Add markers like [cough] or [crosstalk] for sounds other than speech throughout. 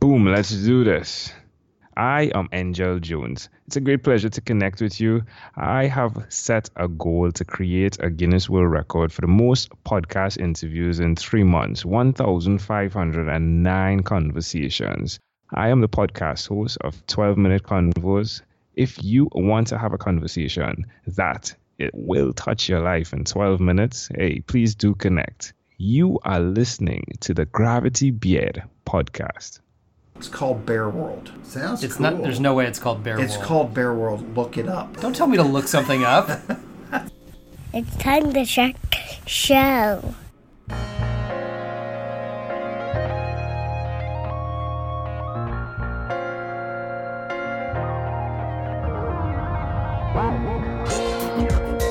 Boom, let's do this. I am Angel Jones. It's a great pleasure to connect with you. I have set a goal to create a Guinness World Record for the most podcast interviews in three months 1,509 conversations. I am the podcast host of 12 Minute Convos. If you want to have a conversation that it will touch your life in 12 minutes, hey, please do connect. You are listening to the Gravity Beard podcast. It's called Bear World. Sounds It's cool. not. There's no way it's called Bear It's World. called Bear World. Look it up. Don't tell me to look something up. It's time to check show.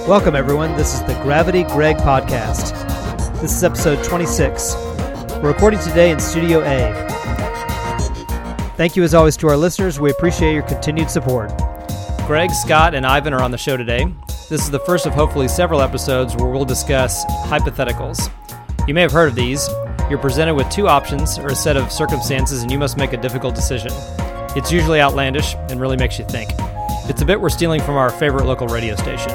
Welcome, everyone. This is the Gravity Greg podcast. This is episode 26. We're recording today in Studio A. Thank you, as always, to our listeners. We appreciate your continued support. Greg, Scott, and Ivan are on the show today. This is the first of hopefully several episodes where we'll discuss hypotheticals. You may have heard of these. You're presented with two options or a set of circumstances, and you must make a difficult decision. It's usually outlandish and really makes you think. It's a bit we're stealing from our favorite local radio station.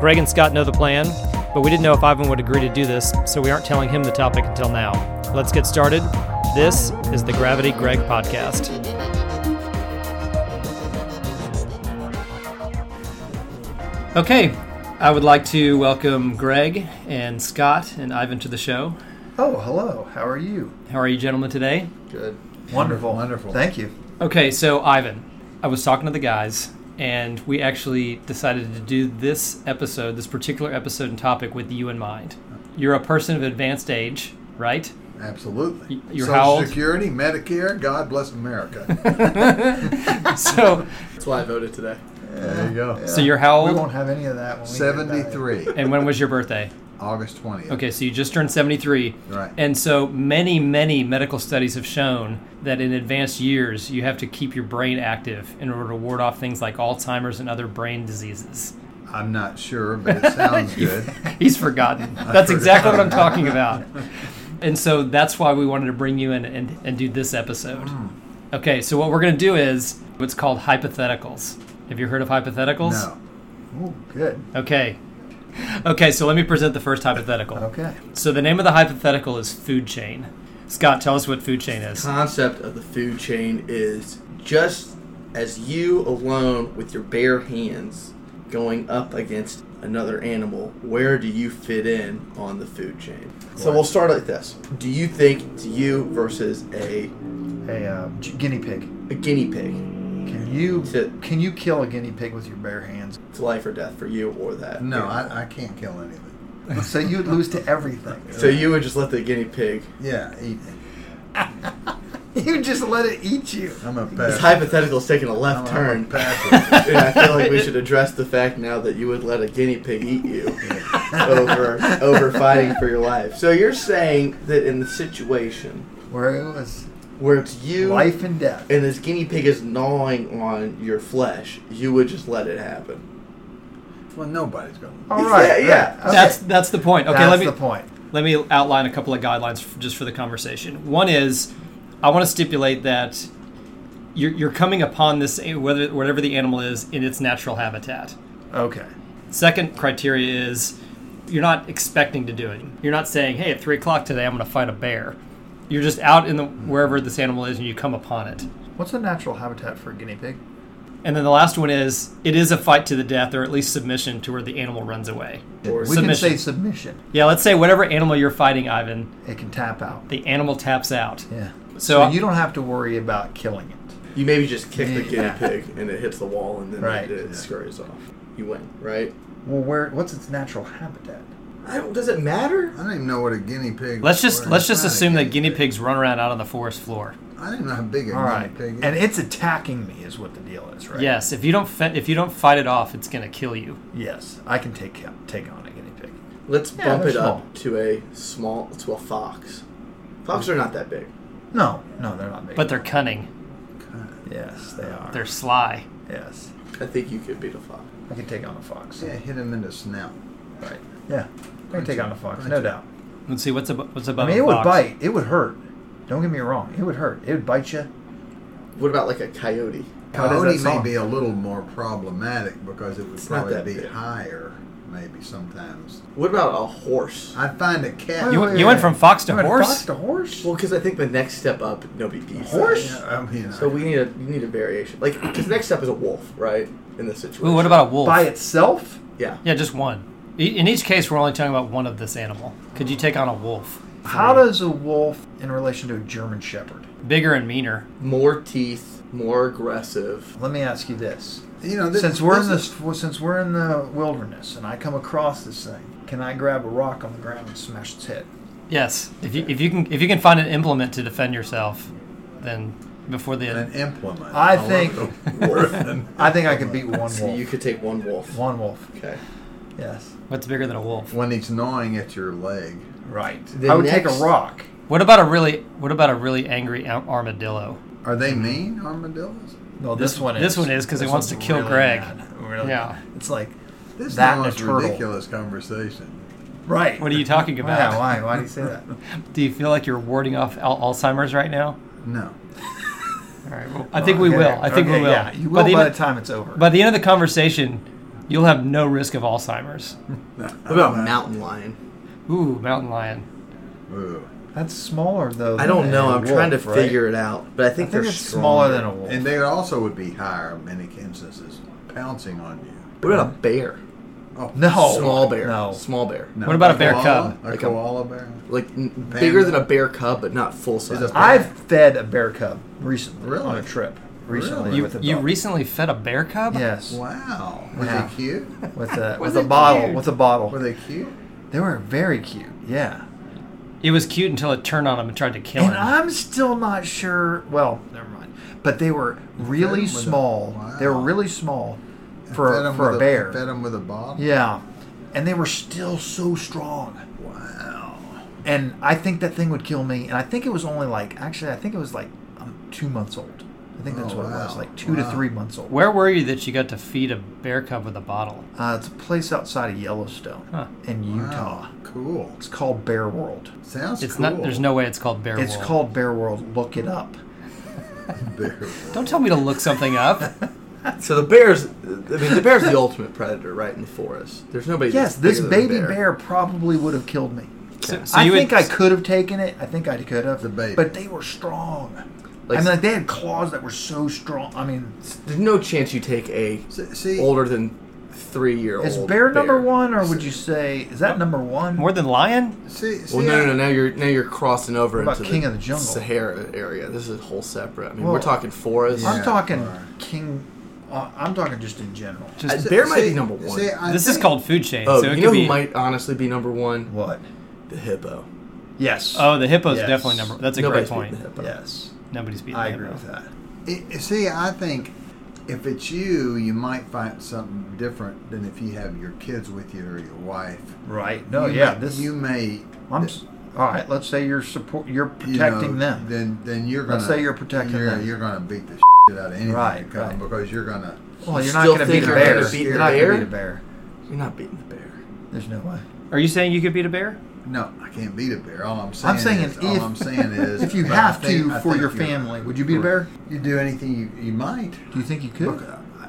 Greg and Scott know the plan, but we didn't know if Ivan would agree to do this, so we aren't telling him the topic until now. Let's get started. This is the Gravity Greg podcast. Okay, I would like to welcome Greg and Scott and Ivan to the show. Oh, hello. How are you? How are you, gentlemen, today? good. Wonderful. Wonderful. Thank you. Okay, so Ivan, I was talking to the guys, and we actually decided to do this episode, this particular episode and topic, with you in mind. You're a person of advanced age, [laughs] right? Absolutely. Y- you're Social how old? Security, Medicare, God bless America. So, That's why I voted today. there you go. so you're how We old? won't have any of that. When we get back. 73, And when was your birthday? August 20th. Okay, so you just turned 73. Right. And so many, many medical studies have shown that in advanced years, you have to keep your brain active in order to ward off things like Alzheimer's and other brain diseases. I'm not sure, but it [laughs] sounds good. He's [laughs] forgotten. That's exactly what I'm talking about. And so that's why we wanted to bring you in and, and do this episode. Hmm. Okay, so what we're going to do is what's called hypotheticals. Have you heard of hypotheticals? No. Oh, good. Okay. Okay, so let me present the first hypothetical. Okay. So the name of the hypothetical is food chain. Scott, tell us what food chain is. Concept of the food chain is just as you alone with your bare hands going up against another animal, where do you fit in on the food chain? So we'll start like this. Do you think it's you versus a, Hey, uh, g- guinea pig. a guinea pig? Can you To, can you kill a guinea pig with your bare hands? to life or death for you or that? No, animal? I, I can't kill anything. So you'd lose to [laughs] everything. So you would just let the guinea pig. Yeah, eat. you just let it eat you. I'm a This passive. hypothetical's taking a I'm left a turn. passive. [laughs] And I feel like we should address the fact now that you would let a guinea pig eat you over over fighting for your life. So you're saying that in the situation Where it was where it's you life and death. and this guinea pig is gnawing on your flesh, you would just let it happen. well, nobody's going to. All right. Yeah, yeah. right. That's Okay. that's the point. Okay, That's let me the point. let me outline a couple of guidelines f- just for the conversation. One is, I want to stipulate that you're, you're coming upon this a- whether whatever the animal is in its natural habitat. Okay. Second criteria is, you're not expecting to do it. You're not saying, "Hey, at three o'clock today, I'm going to fight a bear." You're just out in the wherever this animal is, and you come upon it. What's a natural habitat for a guinea pig? And then the last one is, it is a fight to the death, or at least submission to where the animal runs away. Or we can submission. say submission. Yeah, let's say whatever animal you're fighting, Ivan, It can tap out. the animal taps out. Yeah. So, So, you don't have to worry about killing it. You maybe just kick the guinea Yeah. pig and it hits the wall and then Right. it, scurries off. You win, right? Well, where? What's its natural habitat? I don't, does it matter? I don't even know what a guinea pig let's just where let's it's just not a assume that guinea pigs run around out on the forest floor. I don't even know how big a All right, guinea pig is. and it's attacking me, is what the deal is, right? Yes, if you don't fe- if you don't fight it off, it's gonna kill you. Yes, I can take him, take on a guinea pig. Let's Yeah, bump they're it up to a small to a fox. Foxes are not that big. No, no, they're not big. But they're cunning, Uh, yes, they are. they're sly. yes, I think you could beat a fox. I can take on a fox. yeah, hit him in the snout. Right. Yeah, I can Punch take it, on a fox, punch no it. doubt. Let's see what's above what's I above. mean, a it would fox? bite. It would hurt. Don't get me wrong; it would hurt. It would bite you. What about like a coyote? How does that Coyote may sound? be a little more problematic because it would It's not probably that be big. higher, maybe sometimes. What about a horse? I'd find a cat. You, you went from fox to You went horse? Fox to horse. Well, because I think the next step up nobody beats that. Horse? Yeah, I mean, So we need a you need a variation. Like because next step is a wolf, right? In this situation. Ooh, what about a wolf? By itself? yeah? Yeah, just one. E- In each case, we're only talking about one of this animal. Could you take on a wolf? How does a wolf in relation to a German Shepherd? Bigger and meaner. More teeth, more aggressive. Let me ask you this: you know, this, since we're in this this, well, since we're in the wilderness, and I come across this thing, can I grab a rock on the ground and smash its head? Yes. If you if you can if you can find an implement to defend yourself, then before is the an implement. I love think- the [laughs] word. I think I could beat one So you wolf. could take one wolf. One wolf. Okay. Yes. what's bigger than a wolf? when he's gnawing at your leg. Right. The I would take next- a rock. What about a really what about a really angry a- armadillo? Are they mean armadillos? No, this, This- one is. this one is 'cause it wants to one's kill Greg. mad. Really Yeah. mad. It's like, This That and now a is turtle. ridiculous conversation. right. What are you talking Yeah, about? why? Why do you say that? Do you feel like you're warding off al- Alzheimer's right now? No, All right. Well, I think we Okay, will. I think okay, we will. Yeah, you will By by the, the, end, time it's over. by the end of the conversation, you'll have no risk [laughs] of Alzheimer's. What about a mountain lion? Ooh, mountain lion. Ooh. that's smaller though. I than don't a know. I'm wolf, trying to right? figure it out, but I I think think, they're it's smaller than stronger. a wolf. and they also would be higher in many instances, pouncing on you. What about a bear? Oh, no, small bear. No, Small bear. no. What about a bear koala? cub? A Like a- koala bear? Like n- bigger than a bear cub, but not full size. Is a- I've fed a bear cub recently Really? on a trip. Recently, Really? with a You dog. recently fed a bear cub? yes, Wow. Was Yeah. he cute? with a with a bottle with a bottle. Were they cute? They were very cute. Yeah. It was cute until it turned on him and tried to kill And him. I'm still not sure. Well, never mind. But they were fed 'em really with a- small. They were wow. really small Fed for 'em for with a bear. Fed him with a bottle? yeah, and they were still so strong. Wow. And I think that thing would kill me. And I think it was only like actually, I think it was like um, two months old. I think that's Oh, what it wow. was, like two to Wow. three months old. Where were you that you got to feed a bear cub with a bottle? Uh, it's a place outside of Yellowstone Huh. in Utah. Wow. Cool. It's called Bear World. Sounds It's cool. not. There's no way it's called bear. It's World. called Bear World. Look it up. bear. Don't tell me to look [laughs] something up. so the bear's, I mean, the bear's [laughs] the ultimate predator, right in the forest. There's nobody. Yes, that's this bigger than a baby bear. probably would have killed me. So, so I you think would, I could have taken it. I think I could have. The baby. But they were strong. Like- I mean, like, they had claws that were so strong. I mean, There's no chance you take a See- See, older than three year old. is bear, number one, or would you say is that number one? more than lion. see, see, Well, no, I- no, no. Now you're now you're crossing over What about into King of the Jungle? Sahara area. This is a whole separate. I mean, Well, we're talking forest. Yeah, I'm talking all right. king. Uh, I'm talking just in general. Uh, Just, bear might see- be number one. see, I this is think- called food chain. oh, so it you could know be, who might honestly be number one? What? The hippo. Yes. Oh, the hippo's Yes. definitely number. That's a Nobody's great beating point. the hippo. yes. Nobody's beating. I the agree hippo. with that. I- See, I think if it's you, you might find something different than if you have your kids with you or your wife. Right. No. You Oh, yeah. may- this. you may. I'm. s- All right. Let's say you're support. You're you know, protecting them. Then, then you're gonna. Let's say you're protecting you're, them. You're gonna [laughs] beat the shit out of anything Right, that comes right. because you're gonna. well, you you're not still going to think beat a you're gonna bear. beat You're the not bear? going to beat a bear. You're not beating the bear. There's no way. Are you saying you could beat a bear? No, I can't beat a bear. All I'm saying. saying is, if- all I'm saying is [laughs] If you but I have think- to I for think your you're- family, would you beat a bear? You do anything you, you might. Do you think you could? Look, I-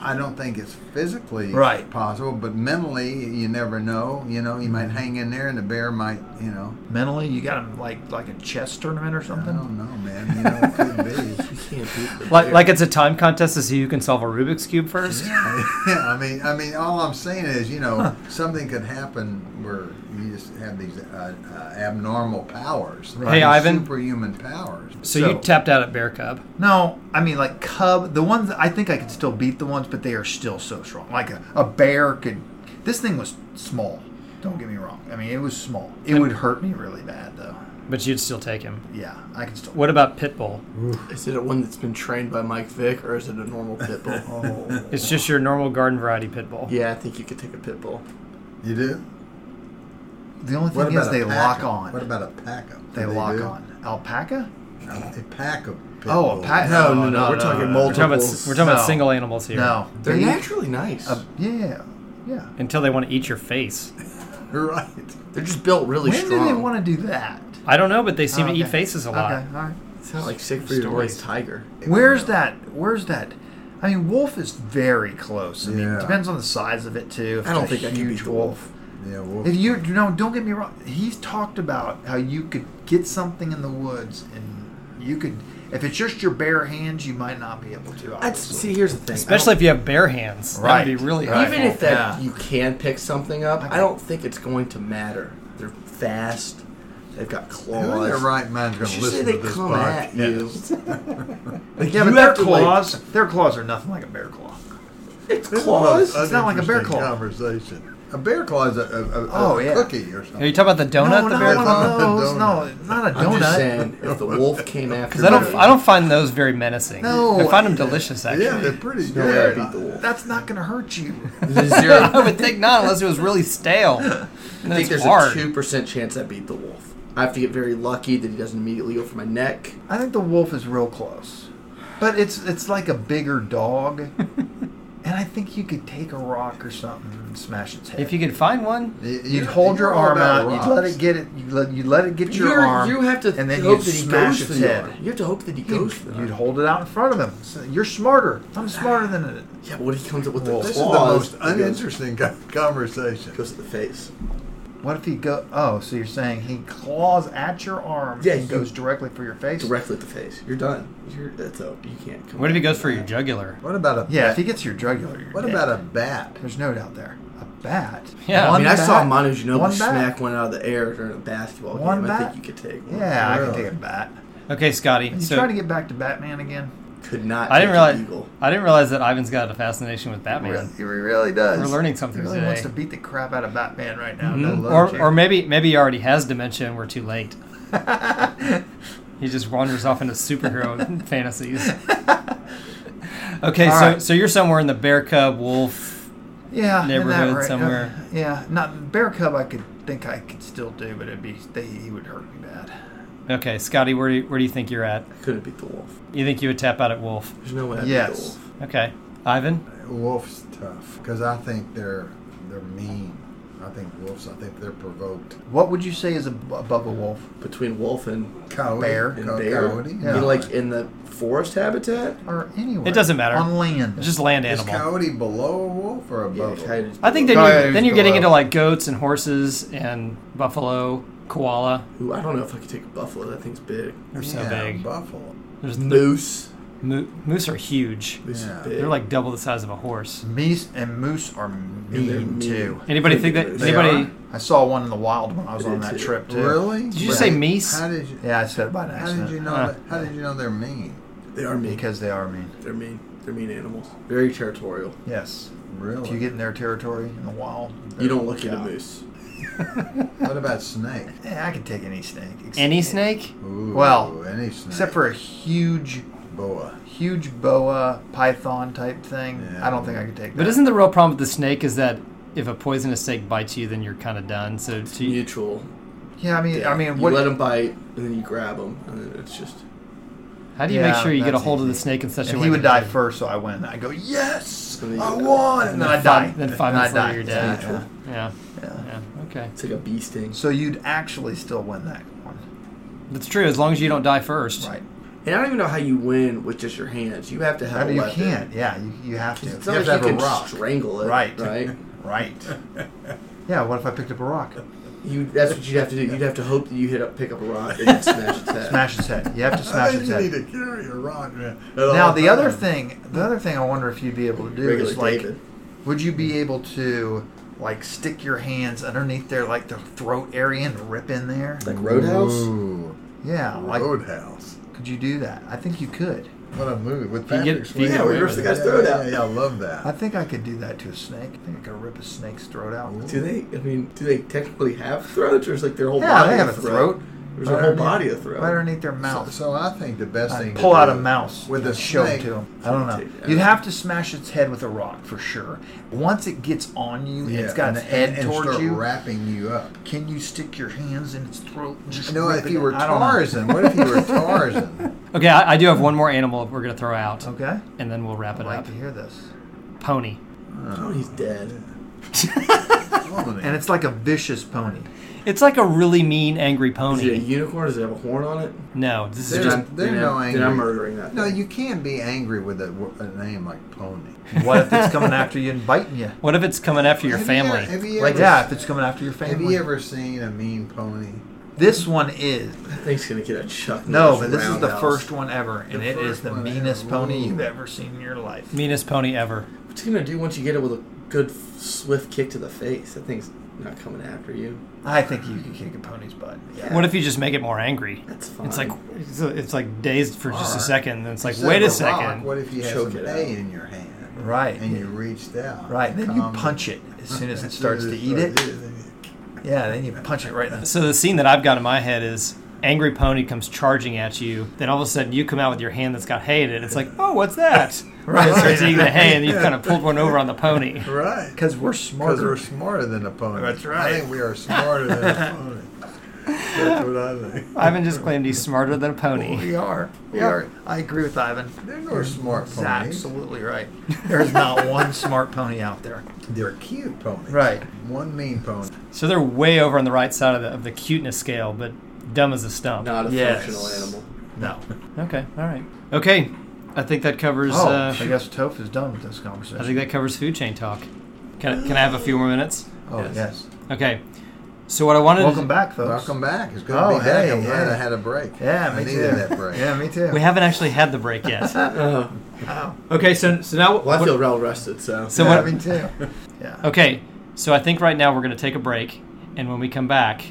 I don't think it's physically Right. possible, but mentally, you never know. You know, you might Mm-hmm. hang in there, and the bear might, you know, Mentally, you got him like like a chess tournament or I something. don't know, man. You know, it could be. [laughs] You can't beat the Like, bear. like it's a time contest to see who can solve a Rubik's cube first. yeah, I mean, I mean, all I'm saying is, you know, something could happen where you just have these uh, uh, abnormal powers. Right. Hey, These Ivan. Superhuman powers. So, So- you tapped out at bear cub. No, I mean like cub. The ones I think I could still beat the ones, but they are still so strong. Like a, a bear could. This thing was small. Don't get me wrong. I mean, it was small. It would hurt me really bad though. But you'd still take him. Yeah, I can still. What about Pitbull? is it a one that's been trained by Mike Vick or is it a normal pit bull? [laughs] Oh, It's just your normal garden variety Pitbull. yeah, I think you could take a pit bull. You do? the only thing is a they pack lock of- on. What about a pack of? they Do lock do? on. Alpaca? A pack of. pit Oh, a bulls. pack. No, no, no, we're We're talking talking about, Multiples. we're talking about No. single animals here. No, They're They- naturally nice. uh, yeah, yeah. Until they want to eat your face. [laughs] Right. They're just built really When strong. do they want to do that? I don't know, but they seem Oh, to eat okay. faces a Okay, all lot. right. Sounds like Siegfried and Roy's tiger. Where's that? Where's that? I mean, wolf is very close. I mean, Yeah. it depends on the size of it too. If I don't it's a think I can beat the wolf. Yeah, wolf. If you no, don't get me wrong. He's talked about how you could get something in the woods, and you could. If it's just your bare hands, you might not be able to. I'd, obviously. see, here's the thing. Especially if you have bare hands. That would be Right. really Right. helpful. even if that Yeah. you can pick something up, Okay. I don't think it's going to matter. They're fast. They've got Who in claws. their right mind's going Did to you say listen they to this come podcast? at you? like, yeah, you but their have to, like- claws, their claws are nothing like a bear claw. [laughs] it's This is what claws. an It's not like a bear uninteresting claw. Conversation. A bear claw is a, a, a, Oh, a yeah. cookie or something. Are you talking about the no, donut? the not bear one claw? of those. [laughs] Donut. No, not a I'm just donut. saying, if the wolf [laughs] came after, 'Cause I don't, me, I don't find those very menacing. No. I find them delicious, actually. yeah, they're pretty no way I good. beat the [laughs] wolf. That's not going to hurt you. There's [laughs] a zero. I would think not, unless it was really stale. I think there's hard. a two percent chance I beat the wolf. I have to get very lucky that he doesn't immediately go for my neck. I think the wolf is real close, but it's it's like a bigger [laughs] dog, and I think you could take a rock or something and smash its head. If you could find one, You- You'd you- hold your you're all arm about out. You'd rocks. let it get it. You let you let it get your You're- arm. you have to and then hope you'd that he smash goes for its the head. arm. You have to hope that he You'd, goes for the you'd arm. hold it out in front of him. So you're smarter. I'm smarter than it. Yeah, but what if he comes up with Well, the This claws? is the most and goes- uninteresting co- conversation. Goes to the face. What if he go? Oh, so you're saying he claws at your arm Yeah, and you- goes directly for your face? Directly at the face. You're done. You're that's up. You can't come. what if he back goes from for your that. jugular? What about a Yeah, bat? if he gets your jugular, you're what dead. about a bat? There's no doubt there. A bat. Yeah, I I mean, I saw bat. Manu Ginobili One bat. smack one out of the air during a basketball One game. I bat. think you could take one. Yeah, I Really? can take a bat. Okay, Scotty. You So trying to get back to Batman again? Could not. I didn't take an realize Eagle. I didn't realize that Ivan's got a fascination with Batman. he really does. We're learning He something really today. wants to beat the crap out of Batman right now. Mhm. doesn't he? Or, or maybe maybe he already has dementia and we're [laughs] too late. he just wanders off [laughs] into superhero fantasies. Okay, All so right. so you're somewhere in the bear cub wolf. yeah, in that neighborhood ra- somewhere. uh, yeah, not bear cub. I could think I could still do, but it'd be they, he would hurt me bad. Okay, Scotty, where do you, where do you think you're at? Couldn't beat the wolf. You think you would tap out at wolf? There's no way. I Yes. Beat the wolf. Okay, Ivan. Wolf's tough because I think they're they're mean. I think wolves. I think they're provoked. What would you say is ab- above a wolf? Between wolf and, Coyote, Bear. and co- bear, coyote. you Yeah. mean like in the forest habitat? Or anywhere? It doesn't matter. On land. Just land is animal. coyote below a wolf or above? a wolf? coyote's I think below. then Oh, you're, yeah, then he's you're getting below. into like goats and horses and buffalo, koala. Ooh, I don't know if I could take a buffalo. That thing's big. They're so yeah, big. Buffalo. There's no, Moose. mo- moose are huge. Moose Yeah. is big. They're like double the size of a horse. Meese and moose are mean, they're mean. too. Anybody think that They anybody? I saw one in the wild when I was I on did that too. trip too. Really? Did you But say they- meese? How did you? Yeah, I said it by an How did you accident. know? Huh. that, how did you know they're mean? They are mean. Because they are mean. They're mean. They're mean animals. Very territorial. Yes. Really? If you get in their territory in the wild, You don't look at a Yeah. moose. what about snake? Yeah, I could take any snake. Ex- Any snake? Ooh, [laughs] Well, any snake Except for a huge, boa. huge boa python type thing. Yeah. I don't think I could take that. But isn't the real problem with the snake is that if a poisonous snake bites you, then you're kind of done. So to you, Mutual. Yeah, I mean, I mean, you what? let them bite, and then you grab them, and then it's just. how do you make Yeah, sure you get a that's hold of the easy. snake in such a and way? he would that- die first, so I win. I go, yes, And then you I die. won, and then I die. Then five And I minutes later, die. you're dead. Yeah, yeah. Yeah. Yeah. Yeah. Okay. It's like a bee sting. So you'd actually still win that one, That's true. As long as you don't die first. right? And I don't even know how you win with just your hands. You have to have I mean, a you weapon. can't. Yeah, you, you have to. It's You have not like to have you a can rock. strangle it. Right. Right. Right. yeah. What if I picked up a rock? You. That's what you'd have to do. You'd have to hope that you hit up, pick up a rock, [laughs] and then smash its head. Smash its head. [laughs] You have to smash I its think you head. need to carry a rock. Man, at Now all the other times. thing, the other thing I wonder if you'd be able to do Regular is like, David. would you be able to like stick your hands underneath their like the throat area and rip in there? Like Roadhouse. Ooh, Yeah, like Roadhouse. could you do that? I think you could. What a movie with You get- Patrick you get Swayze. Yeah, we away ripped with the guy's it. throat Yeah, out. Yeah, yeah, I love I that. think I could do that to a snake. I think I could rip a snake's throat out. Do they? I mean, do they technically have throats, or is like their whole Yeah, body they have a throat? throat. There's their whole body a throat. Right underneath their So, mouth. so I think the best I'd thing to pull out do a mouse with a and show it snake. to him. I don't know. You'd have to smash its head with a rock for sure. Once it gets on you, and it's got and- its head and, and towards start you. wrapping you up. Can you stick your hands in its throat? And just You know, rip if it you out? were I don't know. Tarzan, what if you were Tarzan? Okay. I, I do have one more animal we're gonna throw [laughs] out, Okay. and then we'll wrap I'd it like up. to hear this. Pony. Oh, he's dead. Woman, And it's like a vicious pony. It's like a really mean, angry Is it a pony. unicorn? Does it have a horn on it? No, this is They're just. not- they're then no I'm- angry. Then I'm murdering that. No, thing. you can't be angry with a, w- a name like Pony. What if it's coming after you and biting [laughs] you? What if it's coming after your Have family? You, have you Like ever, yeah, if it's coming after your Have family. you ever seen a mean pony? This one is That thing's gonna get a chuck. no, Norris but this is the roundhouse. first one ever, and The it is first the one meanest ever. pony Ooh. you've ever seen in your life. Meanest pony ever. What's it gonna do once you get it with a good f- swift kick to the face? That thing's not coming after you. I think you could kick a pony's butt. Yeah, What if you just make it more angry? that's fine. It's like it's, it's like dazed for just a Alright. second. Then it's like, Instead wait a of rock, second. what if you had Choke some it hay out. in your hand? Right. And you reached out. Right, then you Calm punch it as soon as it [laughs] As starts to soon as eat it. starts to eat it. Yeah, then you punch it right in the. So the scene that I've got in my head is angry pony comes charging at you. Then all of a sudden you come out with your hand that's got hay in it. It's like, oh, what's that? Right. It starts eating the hay, and you kind of pulled one over on the [laughs] pony. [laughs] Right. Because we're Because smarter. we're smarter than a pony. That's right. I think we are [laughs] smarter than a pony. That's what I think. Ivan just claimed he's smarter than a pony. We are. We Yeah. are. I agree with Ivan. They're no smart He's ponies. absolutely right. There's [laughs] not one smart pony out there. They're cute ponies. Right. One mean pony. So they're way over on the right side of the, of the cuteness scale, but dumb as a stump. not a Yes. functional animal. No. Okay, all right. Okay, I think that covers. Oh, uh, I guess Toph is done with this conversation. I think that covers food chain talk. Can, can I have a few more minutes? oh yes. Okay. So what I wanted. Welcome back, folks. Welcome back. It's good to Oh, be back. hey, I'm glad yeah. I had a break. Yeah, I me needed too. that break. Yeah, [laughs] me too. We haven't actually had the break yet. [laughs] Uh, okay, so so now. well, I what- feel well rested, so. so yeah, what, me too. Yeah. Okay, so I think right now we're going to take a break, and when we come back,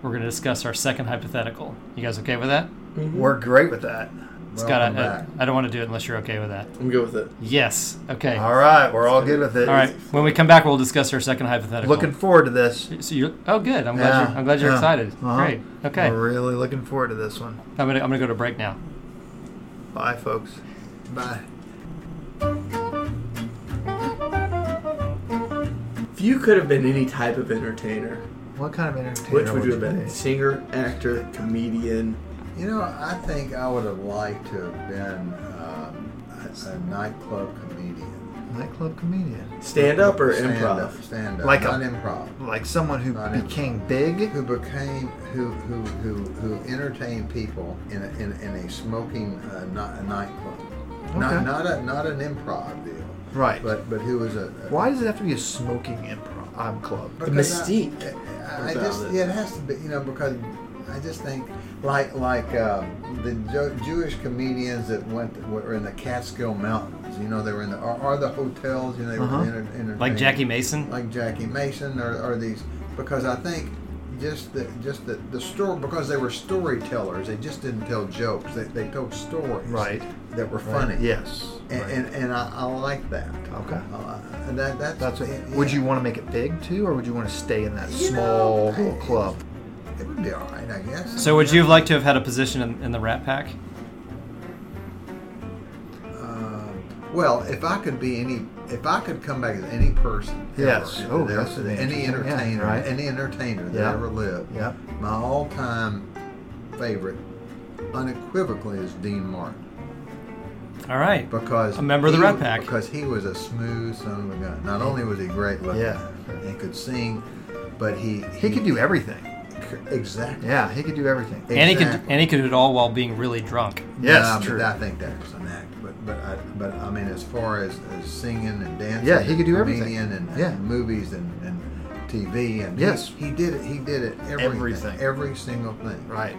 we're going to discuss our second hypothetical. You guys okay with that? We're great with that. It's got. Welcome I uh, back. I don't want to do it unless you're okay with that. I'm good with it. Yes. Okay. All All right, we're all good with it. right. When we come back, we'll discuss our second hypothetical. Looking forward to this. So you're, oh, good. I'm glad. Yeah, You're, I'm glad you're yeah. excited. Uh-huh. Great. Okay. We're really looking forward to this one. I'm gonna. I'm gonna go to break now. Bye, folks. Bye. If you could have been any type of entertainer, What kind of entertainment? which would you have been? Singer, actor, comedian. You know, I think I would have liked to have been um, a, a nightclub comedian. Nightclub comedian. Stand up or stand improv? Up, stand up. Like a- not improv. Like someone who Not became big. Who became who who who who entertained people in a, in, in a smoking uh, not a nightclub. Okay. Not not a not an improv deal. Right. But but who was a, a Why does it have to be a smoking improv um, club? The Because I- mystique I, I about just it. yeah, it has to be you know because I just think like like uh, the Ju- Jewish comedians that went were in the Catskill Mountains. You know they were in the or, or the hotels. You know they Uh-huh. were enter, entertaining- Like Jackie Mason. like Jackie Mason or, or these because I think just the just the, the story because they were storytellers. They just didn't tell jokes. They, they told stories Right. that were funny. Yes. And, Right. and, and I, I like that. Okay. Uh, and that, that's, That's what, yeah. Would you want to make it big too, or would you want to stay in that You small know, little I- club? It would be all right, I guess. So would you have liked to have had a position in, in the Rat Pack? Well, if I could be any, if I could come back as any person, Yes. ever, Oh, that- that's an interesting- any yeah, entertainer, right. any entertainer that Yeah. ever lived. Yeah. My all-time favorite, unequivocally, is Dean Martin All right. because A member of the he- Rat Pack. Because he was a smooth son of a gun. Not only was he great looking, Yeah. and could sing, but he He could do everything. exactly. Yeah, he could do everything. um, And he could. Exactly. And he could do it all while being really drunk. Yes, Nah, but true. I think that was an act, but but I, but I mean, as far as, as singing and dancing, Yeah, he could do and everything. comedian And, Yeah. and movies and, and TV and he- Yes. he, did it. He did it everything, Everything. every single thing, Right.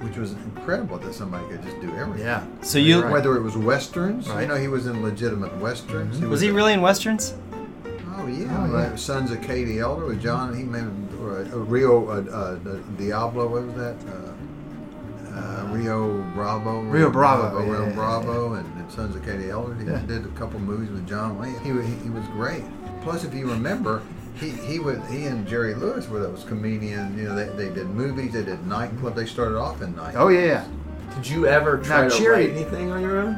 Which was incredible that somebody could just do everything. Yeah. So you. Right. Whether it was westerns, you Right. know, he was in legitimate westerns. Was he a- really in westerns? Oh yeah, Oh, right. yeah. Sons of Katie Elder with John. He made or, uh, Rio uh, uh, Diablo. What was that? Uh, uh, Rio Bravo. Rio Bravo, yeah, Rio yeah, yeah, Bravo, and, and Sons of Katie Elder. He Yeah. did a couple movies with John Wayne. He, wa- he was great. Plus, if you remember. He, he was he and Jerry Lewis were those comedians. You know they, they did movies, they did nightclub. They started off in night. Oh yeah. Did you ever try to Jerry- write anything on your own?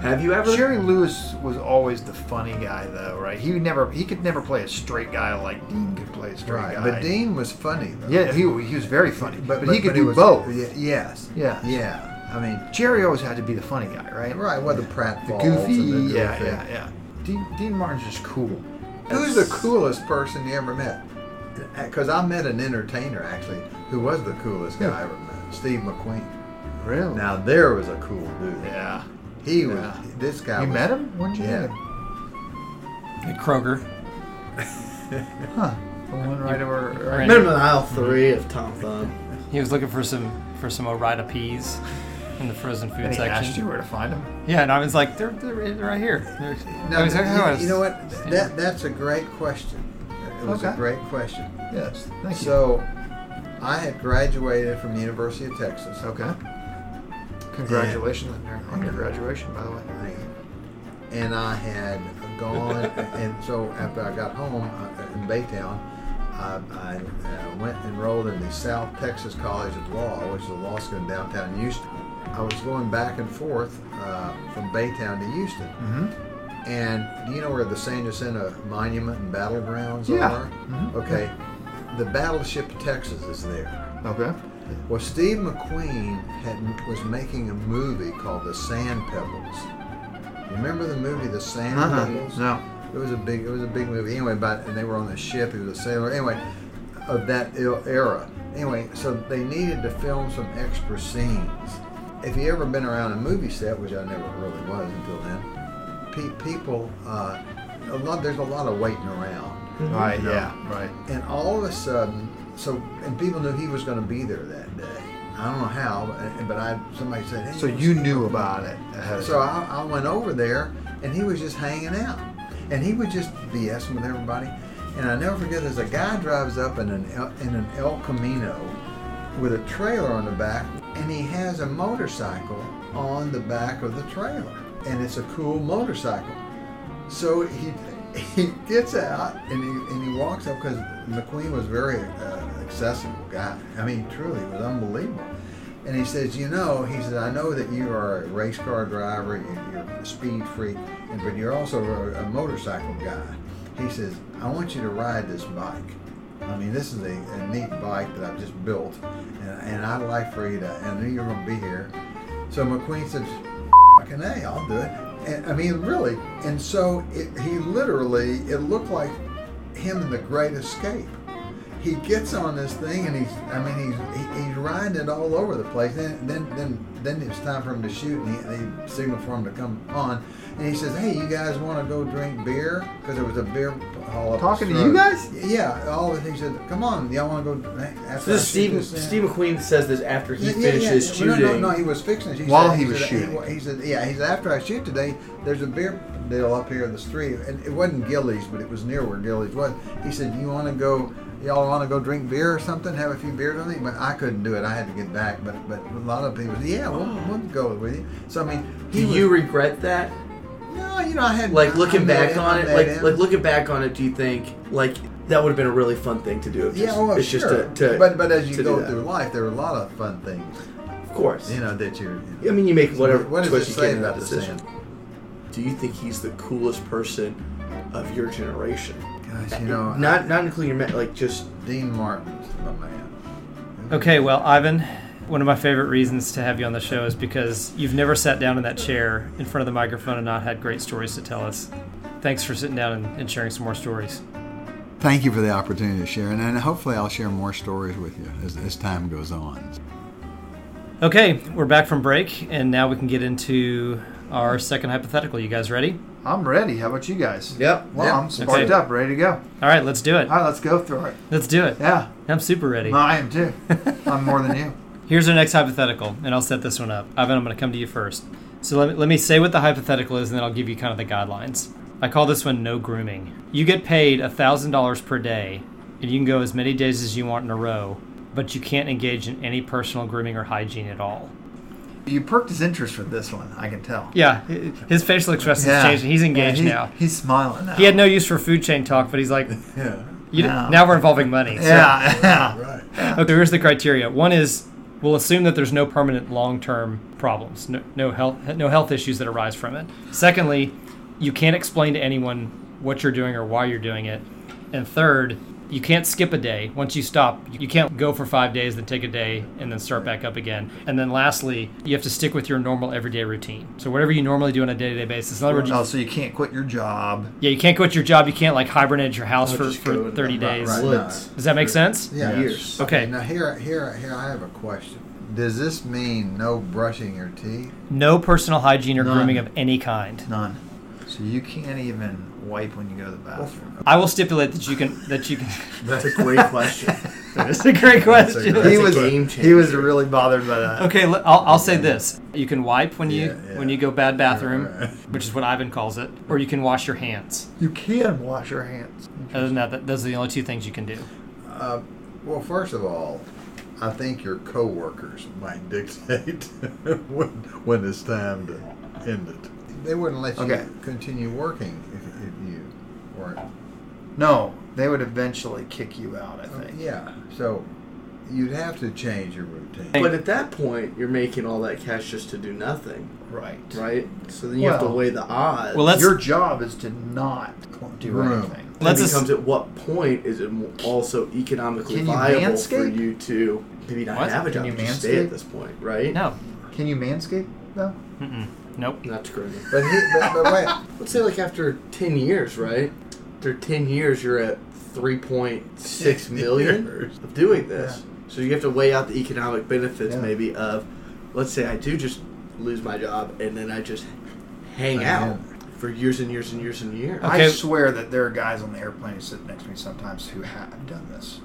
Have you yeah. ever? Jerry Lewis was always the funny guy, though, right? He would never. He could never play a straight guy like Dean could play a straight right. guy. But Dean was funny though. Yeah, he, he was very funny, but, he could do was- both. y- yes. Yeah. Yeah. I mean, Jerry always had to be the funny guy, right? right. Well, the Pratt The goofy. yeah, yeah. yeah, yeah. Dean, Dean Martin's just cool. Who's the coolest person you ever met? because I met an entertainer actually who was the coolest guy I ever met, Steve McQueen. Really? Now there was a cool dude. Yeah. He Yeah. was. This guy. You was- met him? When'd you Yeah. meet him? At Kroger. Huh. The one right over. Right. Right. Minimum aisle three of Tom Thumb. He was looking for some for some Orida peas in the frozen food And he section. asked you where to find him. Yeah, and I was like, they're, they're right here. They're- No, I was like, you- "Oh, you, it's- know what? That that's a great question. It was a Okay. great question. Yes. Thank you. So, I had graduated from the University of Texas. Okay. Congratulations on your- on your graduation, by the way. and I had gone, and so after I got home uh, in Baytown, I, I uh, went and enrolled in the South Texas College of Law, which is a law school in downtown Houston. I was going back and forth uh, from Baytown to Houston. And do you know where the San Jacinto Monument and Battlegrounds Yeah. are? Mhm. Okay. The Battleship Texas is there. Okay. Well, Steve McQueen had, was making a movie called The Sand Pebbles. Remember the movie The Sand Uh-huh. Pebbles? No. It was a big it was a big movie anyway. But and they were on the ship. He was a sailor anyway of that il- era. Anyway, so they needed to film some extra scenes. If you ever been around a movie set, which I never really was until then, pe- people uh, a lot there's a lot of waiting around Right. Yeah. Right. and all of a sudden, so and people knew he was going to be there that day. I don't know how, but- but I somebody said. "Hey, So what's you going knew on?" about it ahead of So time. I, I went over there, and he was just hanging out, and he would just BSing with everybody. And I never forget, there's a guy drives up in an El, in an El Camino with a trailer on the back, and he has a motorcycle on the back of the trailer, and it's a cool motorcycle. So he [laughs] he gets out and he, and he walks up because McQueen was very uh, accessible guy. I mean, truly, it was unbelievable. And he says, you know, he says, I know that you are a race car driver, you- you're a speed freak, and but you're also a, a motorcycle guy. He says, I want you to ride this bike. I mean, this is a, a neat bike that I've just built, and, and I'd like for you to, and I knew you were going to be here. So McQueen says, fucking hey, I'll do it. And, I mean, really. And so it, he literally, it looked like him in The Great Escape. He gets on this thing and he's, I mean, he's he, he's riding it all over the place. Then then then then it's time for him to shoot, and he, they signal for him to come on. And he says, "Hey, you guys want to go drink beer? Because there was a beer hall." up Talking his to you throat. guys? Yeah. All of, he said, "Come on, y'all want to go?" After I So this is shoot Steve, this Steve McQueen says this after he yeah, yeah, finishes yeah. Well, shooting. No, no, no, he was fixing it. He While said- he was said, shooting. He, said, yeah, he said, after I shoot today, there's a beer deal up here in the street. And it wasn't Gillies, but it was near where Gillies was. He said, you want to go, y'all want to go drink beer or something, have a few beers or something? But I couldn't do it. I had to get back. But but a lot of people said, yeah, we'll, we'll go with you. So, I mean, he Do was, you regret that? no, you know, I had... Like I looking met back him, on I it, met like him. like looking back on it, do you think like that would have been a really fun thing to do? If Yeah, just, well, it's sure. just to, to but, but as you to do go that. through life, there are a lot of fun things, of course. you know, that you're... You I know. mean, you make whatever What does choice it you say can in about that the decision. sand? Do you think he's the coolest person of your generation? Gosh, you know, not not including your ma- like just Dean Martin's my man. Okay, well, Ivan, one of my favorite reasons to have you on the show is because you've never sat down in that chair in front of the microphone and not had great stories to tell us. Thanks for sitting down and, and sharing some more stories. Thank you for the opportunity to share, and and hopefully I'll share more stories with you as, as time goes on. Okay, we're back from break, and now we can get into our second hypothetical. You guys ready? I'm ready. How about you guys? yep. Well, Yeah. I'm sparked Okay. up, ready to go. All right, let's do it. All right, let's go through it. Let's do it. Yeah. I'm super ready. No, I am [laughs] too. I'm more than you. Here's our next hypothetical, and I'll set this one up. Ivan, I'm going to come to you first. So let me, let me say what the hypothetical is, and then I'll give you kind of the guidelines. I call this one no grooming. You get paid $1,000 per day, and you can go as many days as you want in a row, but you can't engage in any personal grooming or hygiene at all. You perked his interest with this one. I can tell. Yeah, hi- his facial expression is changing. He's engaged Yeah, he- now. He's smiling now. He had no use for food chain talk, but he's like, Yeah, you d- No. now we're involving money. so- Yeah. yeah. [laughs] right. Okay, here's the criteria. One is we'll assume that there's no permanent long-term problems, no, no health no health issues that arise from it. Secondly, you can't explain to anyone what you're doing or why you're doing it. And third, You can't skip a day. Once you stop, you can't go for five days, then take a day, and then start back up again. And then lastly, you have to stick with your normal everyday routine. So whatever you normally do on a day to day basis. In other words, you- Oh, so you can't quit your job. yeah, you can't quit your job. You can't like hibernate at your house I'll for, just go for in 30 the- days. right. Woods. Does that make sense? Yeah. Years. Okay. Now here, here, here, I have a question. Does this mean no brushing your teeth? No personal hygiene or None. grooming of any kind. None. So you can't even wipe when you go to the bathroom. I will stipulate that you can that [laughs] you can. That's a [laughs] great question. That's a great question. That's He a was- game changer. He was really bothered by that. [laughs] Okay, l- I'll, I'll say this: you can wipe when you Yeah, yeah. when you go bad bathroom, which is what Ivan calls it, or you can wash your hands. You can wash your hands. Other than that, that those are the only two things you can do. Uh, well, first of all, I think your coworkers might dictate [laughs] when, when it's time to end it. They wouldn't let you Okay. continue working if, if you weren't. No, they would eventually kick you out. I think. Yeah, so you'd have to change your routine. But at that point, you're making all that cash just to do nothing, Right. right? So then you have to Well- weigh the odds. Well, let's Your job is to not do Room. anything. Then let's it ass- becomes at what point is it mo- also economically Can you viable for manscape? you to maybe not What? have a Can job you to stay manscape? at this point, right? no, Can you manscape though? mm-mm, nope. Not to crazy. But, he, but, but wait, Let's say like after ten years, right? After ten years, you're at three point [laughs] six million Years. of doing this. So you have to weigh out the economic benefits, Yeah. maybe of, let's say I do just lose my job and then I just hang Hang out out. for years and years and years and years. Okay. I swear that there are guys on the airplane who sit next to me sometimes who have done this.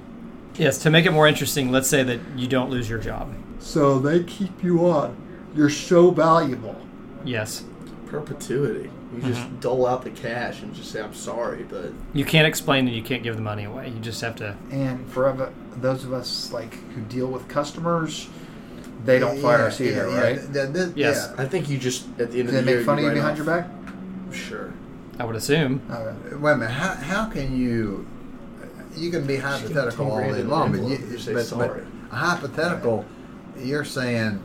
Yes, to make it more interesting, let's say that you don't lose your job. So they keep you on. You're so valuable. Yes, Perpetuity. You Mm-hmm. just dole out the cash and just say I'm sorry, but you can't explain and you can't give the money away. You just have to. And for of- those of us like who deal with customers, [laughs] they don't fire us yeah, either, yeah, right? th- th- th- Yes. I think you just at the end Do they of the year make fun of you write behind your off. back? Sure. I would assume. Okay. yeah. Wait a minute, how, how can you. You can be hypothetical all grand day in long, an but, you, envelope and say but, but sorry. a hypothetical, you're saying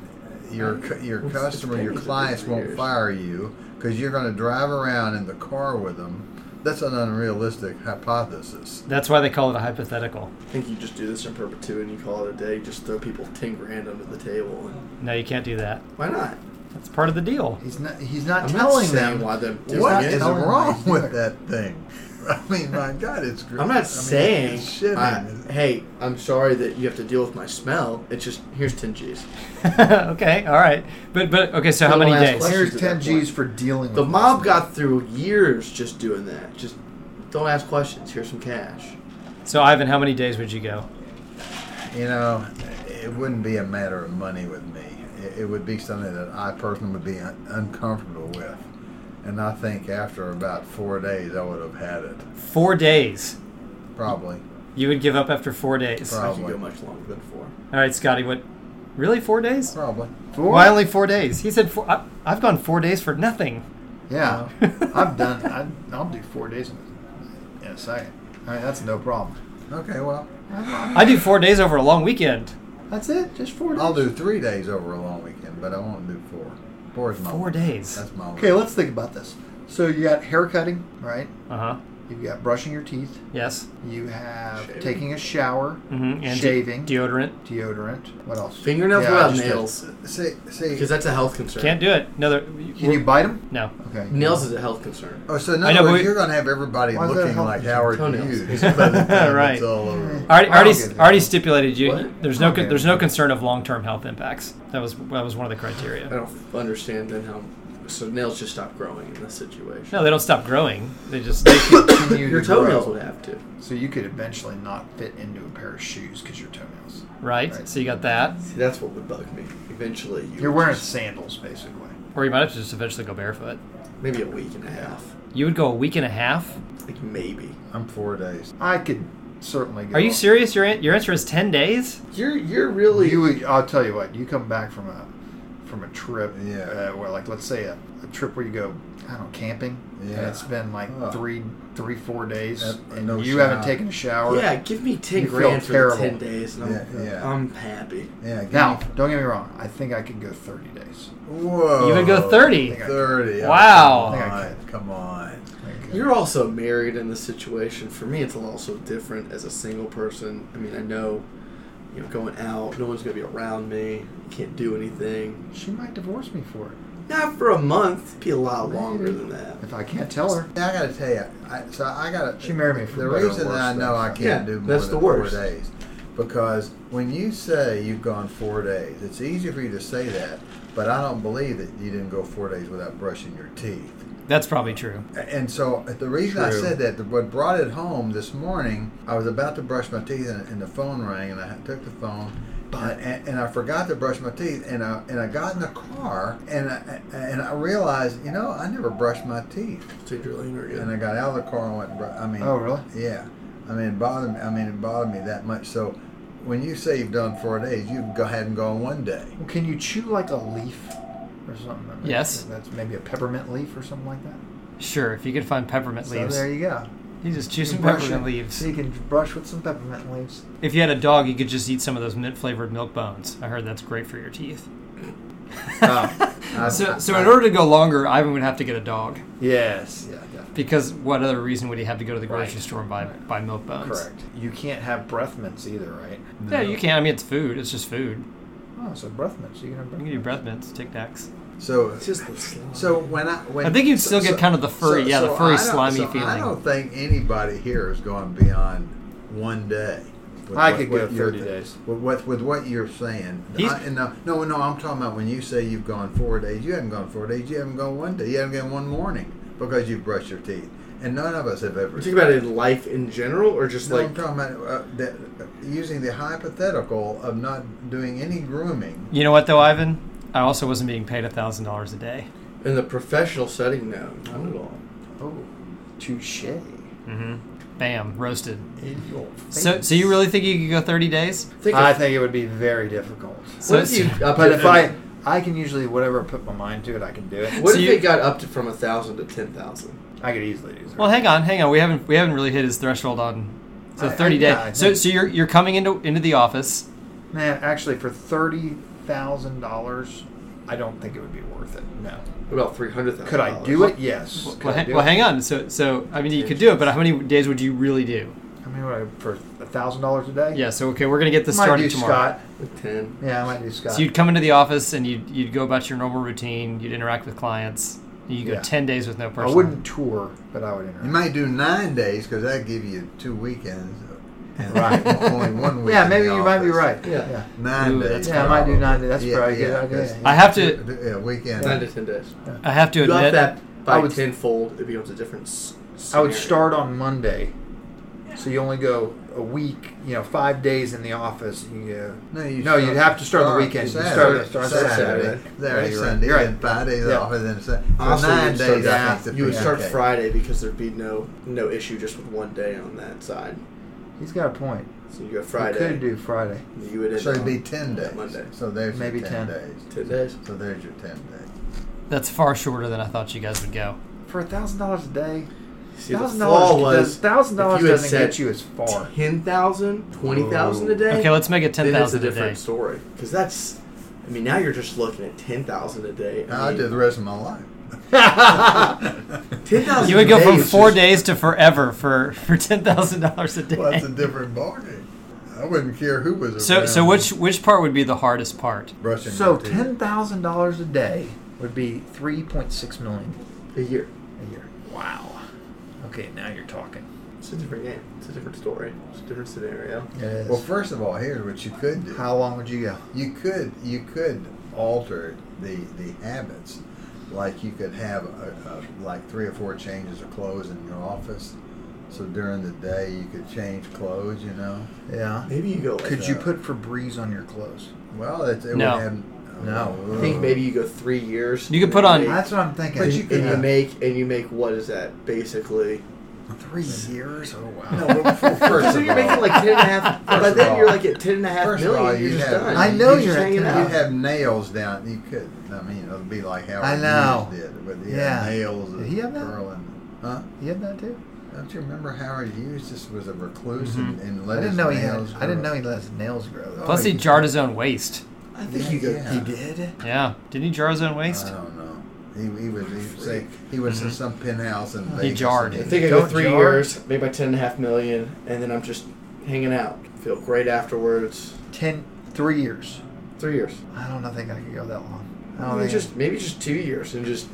your cu- your It's- it's customer, your pennies at clients the won't years. fire you because you're going to drive around in the car with them. That's an unrealistic hypothesis. That's why they call it a hypothetical. I think you just do this in perpetuity and you call it a day. Just throw people ten grand under the table. And No, you can't do that. why not? That's part of the deal. He's not. He's not I'm not telling saying them why they're doing What it. is telling wrong me. with that thing? [laughs] I mean, my God, it's great. I'm I not mean, saying. it's shitting. I- hey, I'm sorry that you have to deal with my smell. It's just here's ten G's. [laughs] okay, all right, but but okay. So how Don't many ask days? questions. Here's at ten that point. G's for dealing. The with mob this. got through years just doing that. Just don't ask questions. Here's some cash. So Ivan, how many days would you go? You know, it wouldn't be a matter of money with me. It, it would be something that I personally would be un- uncomfortable with. And I think after about four days, I would have had it. Four days. Probably. You would give up after four days. Right. I can Probably. go much longer than four. All right, Scotty. What? Really, four days? Probably. Four? [laughs] Why only four days? He said four. I, I've gone four days for nothing. Yeah, I've done. I, I'll do four days in, in a second. I mean, that's no problem. Okay, well, I do four days over a long weekend. That's it. Just four days. I'll do three days over a long weekend, but I won't do four. Four is my Four days. That's my Okay, let's think about this. So you got haircutting, right? Uh huh. You've got brushing your teeth. Yes. You have Shaving. taking a shower, Mm-hmm. And de- Shaving. deodorant. deodorant. What else? Fingernails Yeah, I without just- nails, See, see. because that's a health concern. Can't do it. Another. Can you bite them? No. Okay. Nails is a health concern. Oh, so in I other know, but words, we- you're going to have everybody Why is that looking helping like your Howard toenails? Hughes. by [laughs] the time Right. [laughs] It's all over. Already, I don't already, get that. already stipulated you. What? There's no, Okay. con- there's no concern of long-term health impacts. That was, that was one of the I criteria. don't understand then how. So nails just stop growing in this situation. No, they don't stop growing. They just, they, Continue Your to toenails grow. would have to. So you could eventually not fit into a pair of shoes because your toenails. right? So you got that, See, that's what would bug me. Eventually, you You're wearing just- sandals, basically. or you might have to just eventually go barefoot. maybe a week and a half. You would go a week and a half. Like maybe. I'm four days. I could certainly. Go Are you serious? Your an- your answer is ten days. You're you're really You would, I'll tell you what. You come back from a from a trip, Yeah. uh, where like let's say a, a trip where you go, I don't know, camping, and Yeah. it's been like Ugh. three three four days, Uh, and no you shower. haven't taken a shower. yeah. Give me ten You feel grand for the terrible. ten days, and I'm, Yeah, yeah. I'm happy. Yeah. give Now, me- don't get me wrong. I think I could go thirty days. Whoa. You would go 30. Thirty. Wow. Oh, come on. Come on. I think I could. You're also married in this situation. For me, it's also different as a single person. I mean, I know, you know, going out, no one's gonna be around me. Can't do anything. She might divorce me for it. Not for a month. Be a lot longer than that. If I can't tell her. Yeah, I gotta tell you, I, so I gotta. She married me for the better or reason that worse I know things. I can't Yeah, do more that's than the worst. four days, because when you say you've gone four days, it's easy for you to say that, but I don't believe that you didn't go four days without brushing your teeth. That's probably true. And so the reason I True. said that, the- what brought it home this morning, I was about to brush my teeth and, and the phone rang, and I took the phone, but and, and I forgot to brush my teeth, and I and I got in the car, and I, and I realized, you know, I never brushed my teeth, So you're leaner and again. I got out of the car and went, and bru- I mean, Oh, really? yeah, I mean, it bothered me. I mean, it bothered me that much. So when you say you've done four days, you go ahead and gone one day. Well, can you chew like a leaf or something? I mean, Yes. That's maybe a peppermint leaf or something like that. Sure, if you could find peppermint leaves, So there you go. you just chew You some brush peppermint it. leaves. So you can brush with some peppermint [laughs] leaves. If you had a dog, you could just eat some of those mint flavored milk bones. I heard that's great for your teeth. I- So, so in order to go longer, Ivan would have to get a dog Yes. Yeah. Definitely. because what other reason would he have to go to the grocery Right. store and buy buy milk bones? Correct. You can't have breath mints either, right? Yeah, you can. I mean, it's food. It's just food. Oh, so breath mints. You can have breath You can do breath mints, Tic Tacs. So It's just the slime. So when I when I think you'd still get kind of the furry- yeah, the furry, I don't- slimy so I feeling. don't think anybody here is going beyond one day. With I could go you're 30 days. With what with what you're saying, He's- I, and no, no, no, I'm talking about when you say you've gone four days. You haven't gone four days. You haven't gone one day. You haven't gone one morning because you brushed your teeth. And none of us have ever. You think about it in life in general, or just No, I'm like talking about uh, that, using the hypothetical of not doing any grooming. You know what though, Ivan? I also wasn't being paid a thousand dollars a day. in the professional setting? No, not at all. Oh, touche. Mm-hmm. Bam, roasted. In your face. So, so you really think you could go thirty days? Think I of- think it would be very difficult. So, what if [laughs] you upped But it if from- I, I can usually whatever I put my mind to it, I can do it. what so if you- it got up to from a thousand to ten thousand? I could easily do that. well, hang on, hang on. We haven't we haven't really hit his threshold on. So I- I- thirty yeah, I days. So, think- so you're you're coming into into the office. man, actually, for thirty thousand dollars, I don't think it would be worth it. No. What about three hundred thousand? Could I do it? Yes. Could Well, I hang, do well, it? hang on. So, so I mean, you could do it, but how many days would you really do? I mean, what, for a thousand dollars a day? Yeah. So, okay, we're gonna get this I might do started tomorrow. Scott. Ten. Yeah, I might do Scott. So you'd come into the office and you'd you'd go about your normal routine. You'd interact with clients. You go Yeah. ten days with no I person. wouldn't tour, but I would You interact. might do nine days because that give you two weekends. And Right. [laughs] Only one week. Yeah, in maybe the you might be office. right. Yeah. yeah. Nine Ooh, days. Oh, that's Yeah, I might do probably. nine. That's probably a good idea. that's- Yeah. I have to. Yeah, weekend. Nine to ten days. I have to You admit up that by I would- tenfold, it becomes a different. s- I would scenario. start on Monday. So you only go a week, you know, five days in the office. You uh, go, No, you No, you'd have to start the Start weekend. You Saturday, start- start Saturday, Saturday. Saturday, Yeah, you're right. Sunday, You're right. and five days Yeah. off, and then Sunday. For Also, you nine would start days, that- I think the you would peak. start Okay. Friday because there'd be no no issue just with one day on that side. he's got a point. So you go I Friday. could do Friday. You would end So it'd on be ten days. Monday. So there's Maybe your 10. days. Ten days. So there's your ten days. that's far shorter than I thought you guys would go. For a thousand dollars a day, See, the thousand flaw dollars was thousand if dollars you had doesn't said get you as far. 10,000, 20,000 a day. Oh. Okay, let's make it ten then it's a thousand a different day. story. Because that's, I mean, now you're just looking at 10,000 a day. I I'll mean, do the rest of my life. 10,000 You would go a day from is four just- days to forever for for ten thousand dollars a day. Well, that's a different bargain. I wouldn't care who was [laughs] so, around. so which which part would be the hardest part? Brushing So your teeth. ten thousand dollars a day would be three point six million A year. a year. Wow. Okay, now you're talking. It's a different game. It's a different story. It's a different scenario. Yes. Well, first of all, here's what you could do. How long would you go? You could you could alter the the habits, like you could have a, a, like three or four changes of clothes in your office. So during the day you could change clothes. You know. Yeah. Maybe you go like Could you that. put Febreze on your clothes? Well, it, it No. would have. oh, No. I think maybe you go three years. You could and put you on- make- That's what I'm thinking. But you could- and Yeah. you make and you make what is that basically? three years. Oh wow. No, [laughs] well, f- first So of you're making all, like ten and a half. First By of then all- you're like at ten and a half first of million. all, You're you'd just have- done. I know just you're at hanging 10 you'd out. have nails down. You could. I mean, it'd be like how I know. Hughes did with the Yeah. nails and Did he have that? curling. Huh? you had that too. Don't you remember Howard Hughes just was a recluse and, and let I didn't his know he had. nails I didn't grow? know he let his nails grow. Oh, Though. Plus, he jarred his own waste. I think you go. Yeah. He did. Uh, Yeah, didn't he jar his own waste? I don't know. He, he would he would say he was Mm-hmm. in some penthouse in Vegas. jarred. I and think I go Don't three jar. years, maybe by ten and a half million, and then I'm just hanging out. Feel great afterwards. Ten, three years. Three years. I don't know, think I could go that long. I don't Maybe think just maybe just two years and just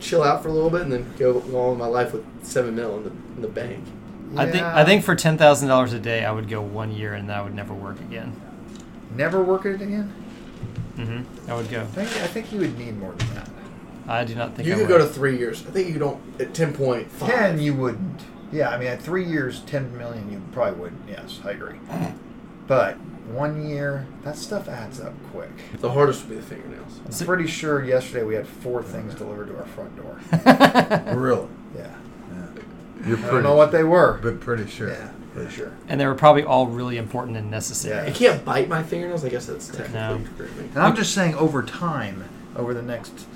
chill out for a little bit and then go on with my life with seven mil in the, in the bank. I think Yeah. I think for ten thousand dollars a day, I would go one year and I would never work again. never work at it again. hmm I would go. I think, [laughs] I think you would need more than that. I do not think You I could would. go to three years. I think you don't at ten point five. Ten, you wouldn't. Yeah, I mean, at three years, ten million, you probably wouldn't. Yes, I agree. But one year, that stuff adds up quick. The hardest would be the fingernails. I'm pretty sure yesterday we had four things delivered to our front door. Really? Yeah, You're I don't know what they were, But pretty sure. yeah, for sure. and they were probably all really important and necessary. I can't bite my fingernails. I guess that's technically No. grooming. And I'm just saying, over time, over the next,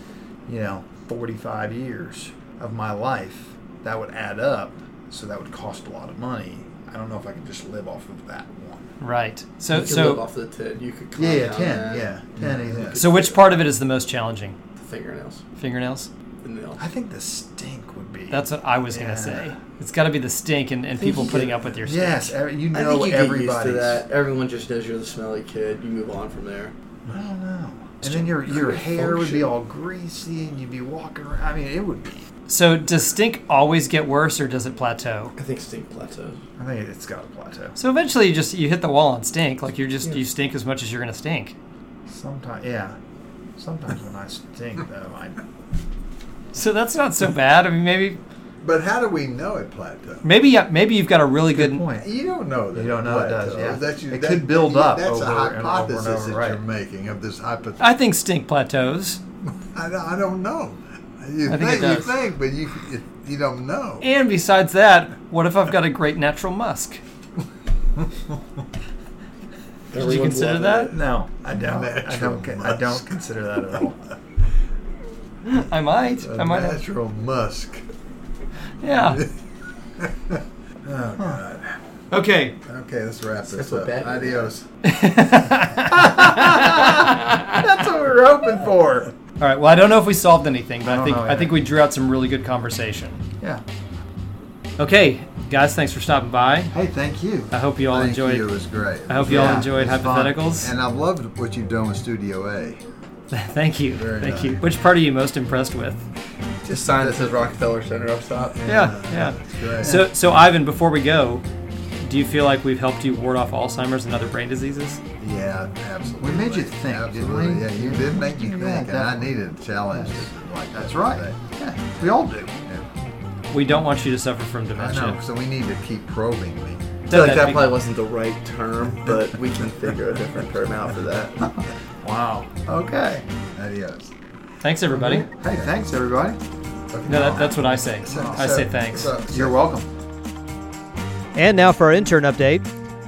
you know, 45 years of my life, that would add up. So that would cost a lot of money. I don't know if I could just live off of that one. [laughs] Right. You So could live so off the ten. You could Oh, climb Yeah, down 10, that. yeah, 10. Yeah. so which part of it is the most challenging? The fingernails. Fingernails. The nail. I think the stink would be. That's what I was Yeah. gonna say. It's got to be the stink and, and think [laughs] people you putting get- up with your stink. Yes, every, you I know think you get used to everybody's. that. Everyone just knows you're the smelly kid. You move on from there. I don't know. And then your your hair would be all greasy, and you'd be walking around. I mean, it would be. So does stink always get worse or does it plateau? I think stink plateaus. I think it's got a plateau. So eventually you just you hit the wall on stink. Like you're just you stink as much as you're gonna stink. Sometimes, yeah. Sometimes when I stink, though, I So that's not so bad. I mean maybe But how do we know it plateau? maybe maybe you've got a really good. good point. You don't know that. You don't know it plateaus. does, yeah. That's you- It that- could build yeah, up That's over a and over and hypothesis over, that right. you're making of this hypothesis. I think stink plateaus. I, don't- I don't know. You I think it think, you does. think, but you you, you don't know. And besides that, what if I've got a great natural musk? Did you Everyone's consider loving that? No, I don't. I Natural don't. con- I don't musk. consider that at all. [laughs] I might. A I might. Have, natural musk. yeah. Okay. Okay, let's wrap this That's what up. Batman Adios. That's what we were hoping for. All right. Well, I don't know if we solved anything, but I, don't think know I either. think we drew out some really good conversation. Yeah. Okay, guys, thanks for stopping by. Hey, thank you. I hope you all Thank enjoyed. you. It was great. I hope you all Yeah, enjoyed it was fun. hypotheticals. And I've loved what you've done with Studio A. [laughs] Thank you. Very Thank nice. you. Which part are you most impressed with? Just sign that says Rockefeller Center up top. Yeah, yeah. It's great. So, so Ivan, before we go, do you feel like we've helped you ward off Alzheimer's and other brain diseases? yeah, absolutely. We made you think, didn't Absolutely. we? Yeah, you did make you Yeah, think, and I definitely. needed a challenge. Like That's right. Yeah, we all do. We don't want you to suffer from I dementia. know. So we need to keep probing me. I feel like That'd that be- probably wasn't the right term, but we can figure a different term out for that. Wow. Mm-hmm. Okay. Adios. Thanks, everybody. Hey, thanks everybody. No, that, that's what I say. I say thanks. So- so- You're welcome. And now for our intern update.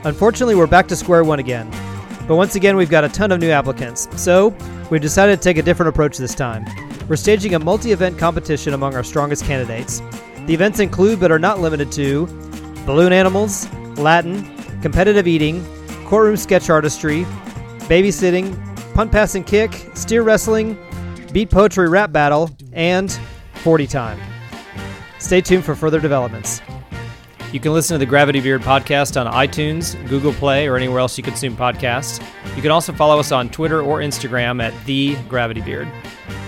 Unfortunately, we're back to square one again. But once again, we've got a ton of new applicants, so we've decided to take a different approach this time. We're staging a multi event competition among our strongest candidates. The events include, but are not limited to, balloon animals, Latin, competitive eating, courtroom sketch artistry, babysitting, punt pass and kick, steer wrestling, beat poetry rap battle, and 40 time. Stay tuned for further developments. You can listen to the Gravity Beard podcast on iTunes, Google Play, or anywhere else you consume podcasts. You can also follow us on Twitter or Instagram at the Gravity Beard.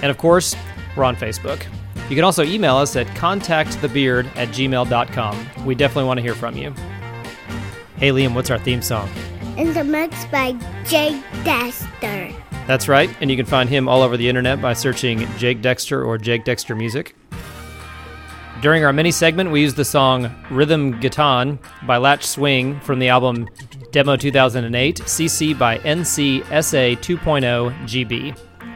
And of course, we're on Facebook. You can also email us at contactthebeard at gmail.com. We definitely want to hear from you. Hey, Liam, what's our theme song? In the mix by Jake Dester. That's right, and you can find him all over the internet by searching Jake Dexter or Jake Dexter Music. During our mini segment, we used the song Rhythm Gatan by Latch Swing from the album Demo 2008, CC by NCSA 2.0 GB. oh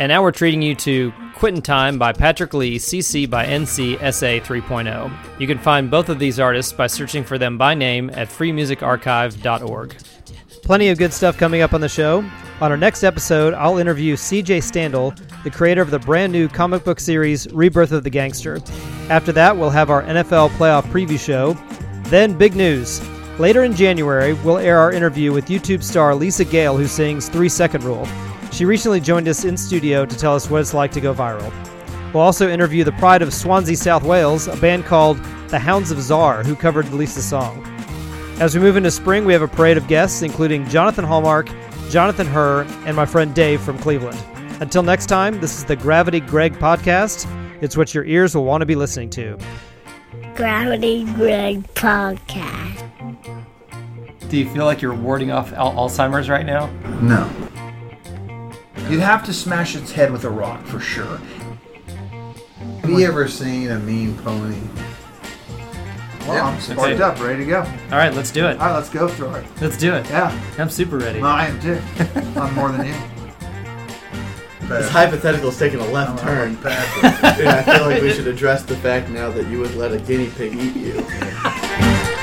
And now we're treating you to Quittin' Time by Patrick Lee, CC by NCSA 3.0. oh. You can find both of these artists by searching for them by name at freemusicarchive.org. Plenty of good stuff coming up on the show. On our next episode, I'll interview CJ Standel, the creator of the brand new comic book series Rebirth of the Gangster. After that, we'll have our NFL playoff preview show. Then, big news. Later in January, we'll air our interview with YouTube star Lisa Gale, who sings Three Second Rule. She recently joined us in studio to tell us what it's like to go viral. We'll also interview the pride of Swansea, South Wales, a band called The Hounds of Czar, who covered Lisa's song. As we move into spring, we have a parade of guests, including Jonathan Hallmark, Jonathan Herr, and my friend Dave from Cleveland. Until next time, this is the Gravity Greg podcast. It's what your ears will want to be listening to. Gravity Greg Podcast. Do you feel like you're warding off al- Alzheimer's right now? No. You'd have to smash its head with a rock for sure. Have you ever seen a mean pony? Well, I'm sparked it. up, ready to go. All right, let's do it. All right, let's go through it. Let's do it. Yeah, I'm super ready. well, I [laughs] am too. I'm more than you. [laughs] This hypothetical is taking a left Oh, turn. [laughs] and I feel like we should address the fact now that you would let a guinea pig eat you.